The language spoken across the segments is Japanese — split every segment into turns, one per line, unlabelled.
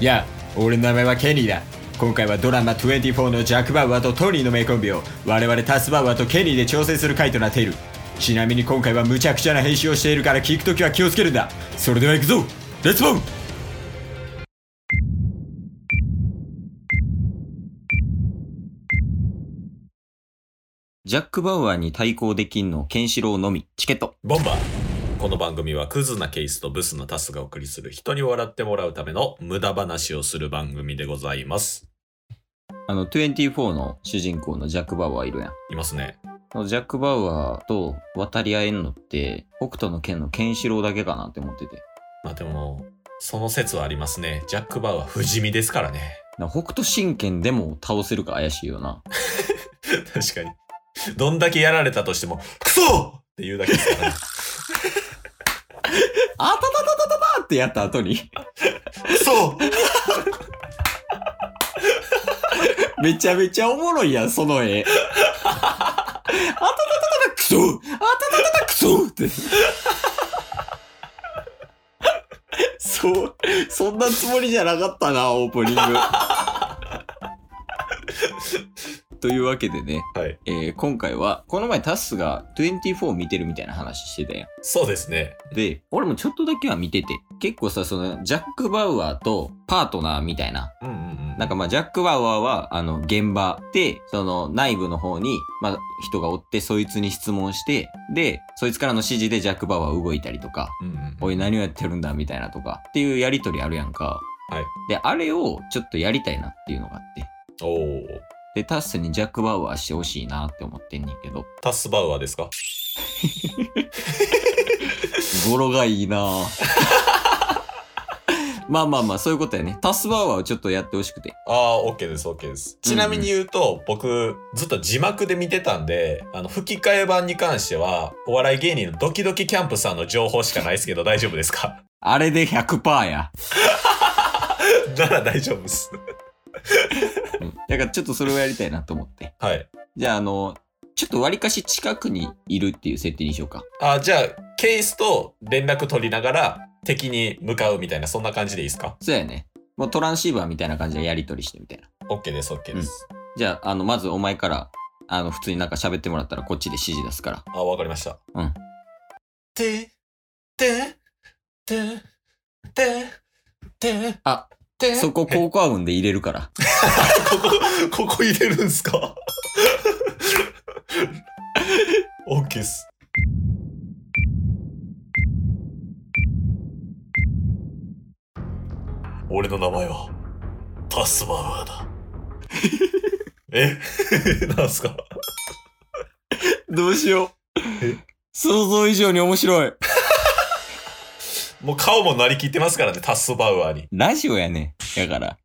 いや俺の名前はケニーだ今回はドラマ24のジャック・バウアーとトニーの名コンビを我々タスバウアーとケニーで調整する回となっているちなみに今回は無茶苦茶な編集をしているから聞くときは気をつけるんだそれでは行くぞレッツボー
ジャック・バウアーに対抗できんのケンシロウのみチケット
ボンバーこの番組はクズなケースとブスなタスがお送りする人に笑ってもらうための無駄話をする番組でございます。
あの24の主人公のジャック・バウアーいるやん
いますね。
そのジャック・バウアーと渡り合えんのって北斗の剣のケンシロウだけかなって思ってて
まあでも、その説はありますね。ジャック・バウは不死身ですからね。
な北斗神拳でも倒せるか怪しいよな
確かに。どんだけやられたとしても、クソって言うだけですから、ね。
あたたたたたたってやった後に
クソ
めちゃめちゃおもろいやんその絵あたたたたたクソあたたたたクソってそうそんなつもりじゃなかったなオープニングというわけでね、
はい。
えー今回はこの前タスが24見てるみたいな話してたやん
そうですね。
で、俺もちょっとだけは見てて、結構さ、その、ジャック・バウアーとパートナーみたいな。
うんうんうん。
なんかまあ、ジャック・バウアーは、あの、現場で、その、内部の方に、まあ、人がおって、そいつに質問して、で、そいつからの指示でジャック・バウアー動いたりとか、
うんうん、
おい、何をやってるんだ、みたいなとか、っていうやりとりあるやんか。
はい。
で、あれをちょっとやりたいなっていうのがあって。
おー。
で、タッスにジャック・バウアーしてほしいなって思ってんねんけど、
タス・バウアーですか
語呂がいいな ぁまあまあまあ、そういうことやね。タスバーワーをちょっとやってほしくて。
ああ、OK です、OK です。ちなみに言うと、僕、ずっと字幕で見てたんで、あの、吹き替え版に関しては、お笑い芸人のドキドキキャンプさんの情報しかないですけど、大丈夫ですか
あれで100%や。
なら大丈夫です。
うんだからちょっとそれをやりたいなと思って。
はい。
じゃあ、あの、ちょっと割かし近くにいるっていう設定にしようか。
あーじゃあ、ケースと連絡取りながら、敵に向かうみたいな、そんな感じでいいですか
そうやね。もうトランシーバーみたいな感じでやり取りしてみたいな。
?OK です、OK です。
じゃあ、あの、まずお前から、あの、普通になんか喋ってもらったらこっちで指示出すから。
あーわかりました。
うん。
て、て、て、て、て、
あ、
て、
そこ効果音で入れるから。
ここ、こ こ入れるんすかオッケーっす。俺の名前は、タスバウアーだ。 え なんすか
どうしよ
え
う。想像以上に面白い。
もう顔もなりきってますからね、タスバウアーに。
ラジオやね。だから。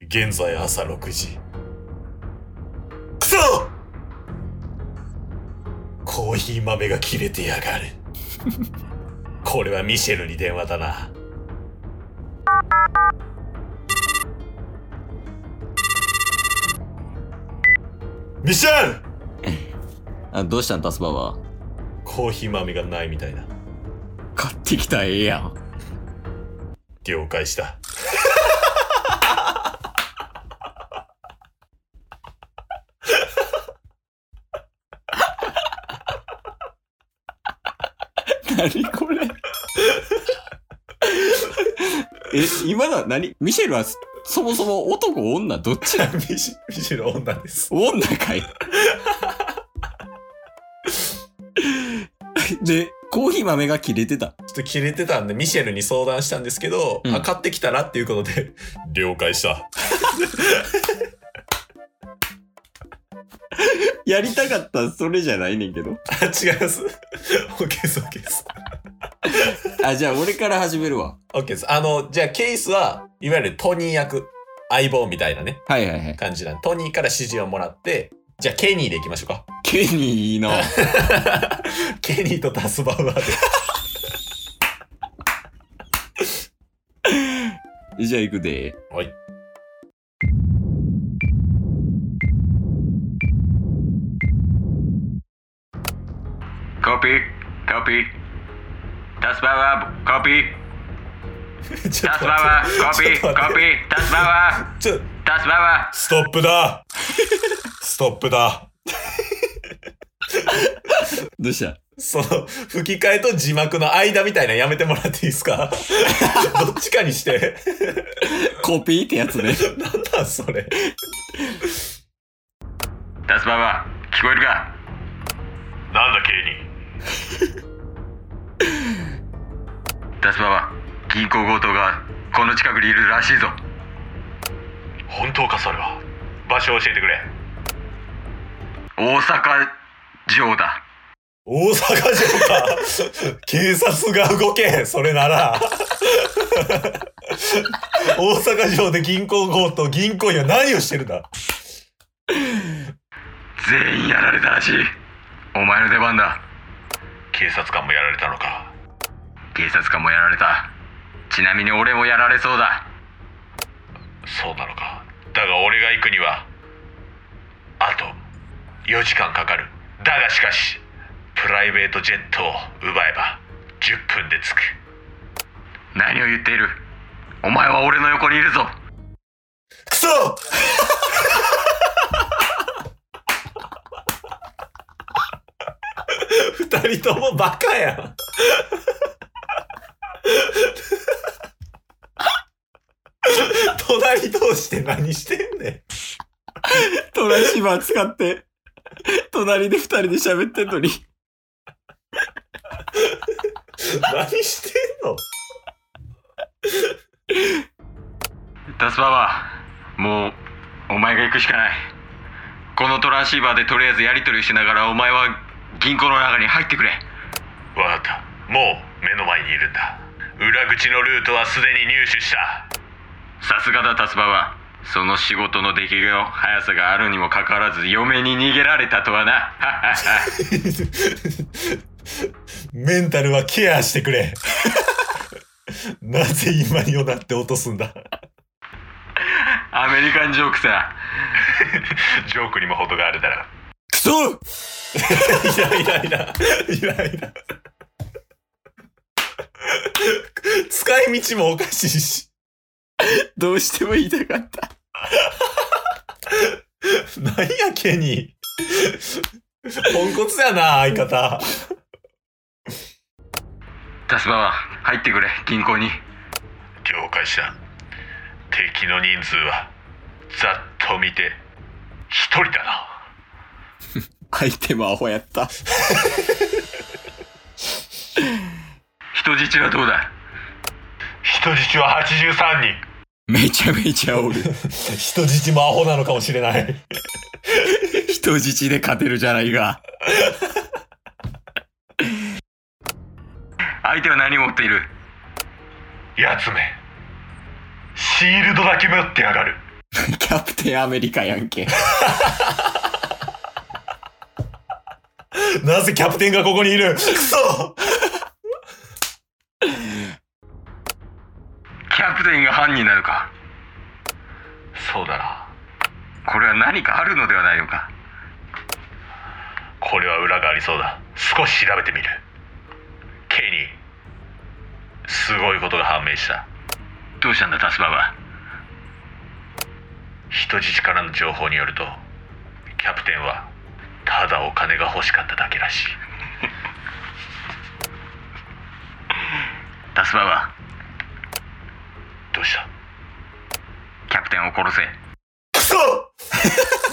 現在朝6時。くそコーヒー豆が切れてやがる。これはミシェルに電話だな。ミシェル
あどうしたんタスバは
コーヒー豆がないみたいだ。
買ってきたらええやん。
了解した。
何これ え、今のは何ミシェルはそそもそも男女どっちだ
ミシミシェル女です。
女かいで、コーヒー豆が切れてた。
ちょっと切れてたんで、ミシェルに相談したんですけど、
うん
あ買ってきたらっていうこと で、了解した。
やりたかったんそれじゃないねんけど。
あ違います。OK です、OK です。
あ、じゃあ俺から始めるわ。
OK です。あの、じゃあケースは、いわゆるトニー役、相棒みたいなね、
はいはいはい。
感じなんでトニーから指示をもらって、じゃあケニーでいきましょうか。
ケニーい いな。
ケニーとタスバウアーで。
じゃあ行くで。
はい。
Copy, copy. Das war ab, copy.
ちょっと
タス
待
バはコピ
って
ー、コピー、タスバは、
ちょっと
タスバは、
ストップだストップだ
どうした
その吹き替えと字幕の間みたいなのやめてもらっていいですか どっちかにして
コピーってやつね。
なんだそれ
タスバは、聞こえるか
なんだケイに
タスバは、銀行強盗がこの近くにいるらしいぞ。
本当かそれは場所を教えてくれ
大阪城だ。
大阪城 か警察が動けそれな ら大阪城で銀行強盗銀行員は何をしてるんだ
全員やられたらしい。お前の出番だ。
警察官もやられたのか
警察官もやられた。ちなみに俺もやられそうだ。
そうなのかだが俺が行くにはあと4時間かかるだがしかしプライベートジェットを奪えば10分で着く
何を言っているお前は俺の横にいるぞ。
クソ二人ともバカやん隣同士で何してんねん
トライシーバー使って、隣で二人で喋ってんのに。
何してんの
タスバはもうお前が行くしかないこのトランシーバーでとりあえずやり取りしながらお前は銀行の中に入ってくれ
わかったもう目の前にいるんだ裏口のルートはすでに入手した
さすがだタスバはその仕事の出来の速さがあるにもかかわらず嫁に逃げられたとはな
メンタルはケアしてくれなぜ今にをなって落とすんだ
アメリカンジョークさ
ジョークにも程があるだろ
クソ
イライライライライラ使い道もおかしいし
どうしても言いたかった。
なんやケニーポンコツやな相方
タスバは入ってくれ銀行に
了解した敵の人数はざっと見て一人だな
相手 もアホや った。
人質はどうだ
人質は83人
めちゃめちゃおる。
人質もアホなのかもしれない
人質で勝てるじゃないか。
相手は何を持っている
やつめシールドだけ持ってやがる
キャプテンアメリカやんけ。
なぜキャプテンがここにいるクソ
キャプテンが犯人なのか
そうだな
これは何かあるのではないのか
これは裏がありそうだ少し調べてみるケニーすごいことが判明した
どうしたんだタスバは
人質からの情報によるとキャプテンはただお金が欲しかっただけ らしい
タスバは
どうした
キャプテンを殺せ
クソ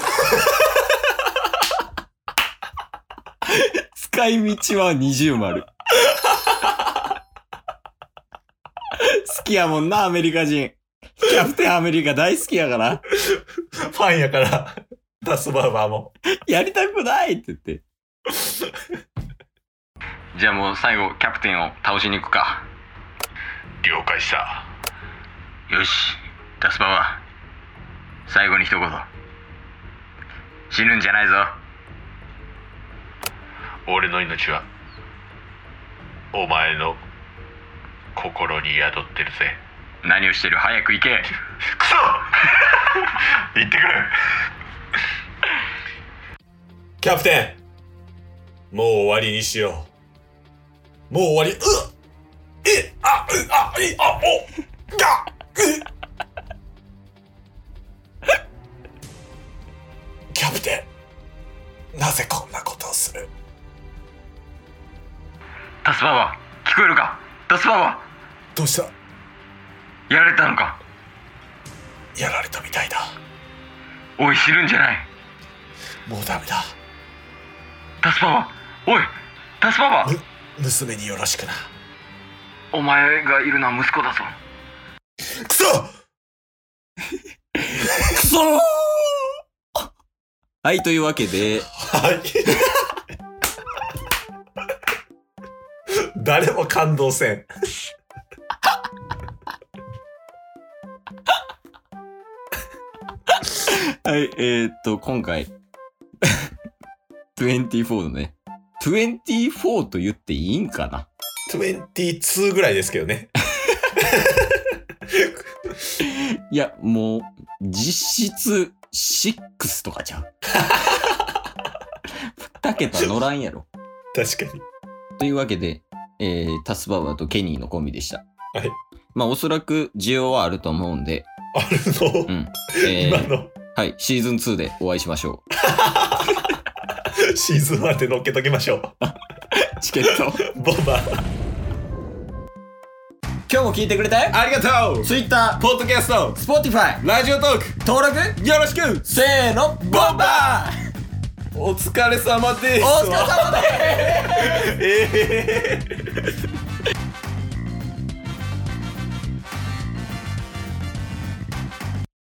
使い道は二重丸。 好きやもんな、アメリカ人。キャプテンアメリカ大好きやから、
ファンやからダスバーバーも
やりたくないって言って。
じゃあもう最後キャプテンを倒しに行くか
了解した
よしダスパは最後に一言死ぬんじゃないぞ
俺の命はお前の心に宿ってるぜ
何をしてる早く行け
クソ 行ってくるキャプテンもう終わりにしようもう終わりうっいあうあいあおがう キャプテンなぜこんなことをする
タスババ聞こえるかタスババ
どうした
やられたのか
やられたみたいだ
おい死ぬんじゃない
もうダメだ
タスババおいタスババ
む娘によろしくな
お前がいるのは息子だぞ
くそ
くそーはい、というわけで、
はい 誰も感動せん
はい、えー、っと、今回、24のね、24と言っていいんかな
22ぐらいですけどね
いや、もう、実質6とかじゃ ん。2桁乗らんやろ。
確かに
というわけで、えー、タスババとケニーのコンビでした。
はい。
まあ、おそらく需要はあると思うんで、
あるの、
うん え
今
ー、
の
はい、シーズン2でお会いしましょ
シーズンまで乗っけときましょ
う。チケット。
うボンバー
今日も聞いてくれてあ
ありがとう
Twitter、
ポッドキャスト
Spotify、
ラジオトーク
登録
よろしく
せーの、ボンバー
お疲れ様です
お疲れ様です
ええ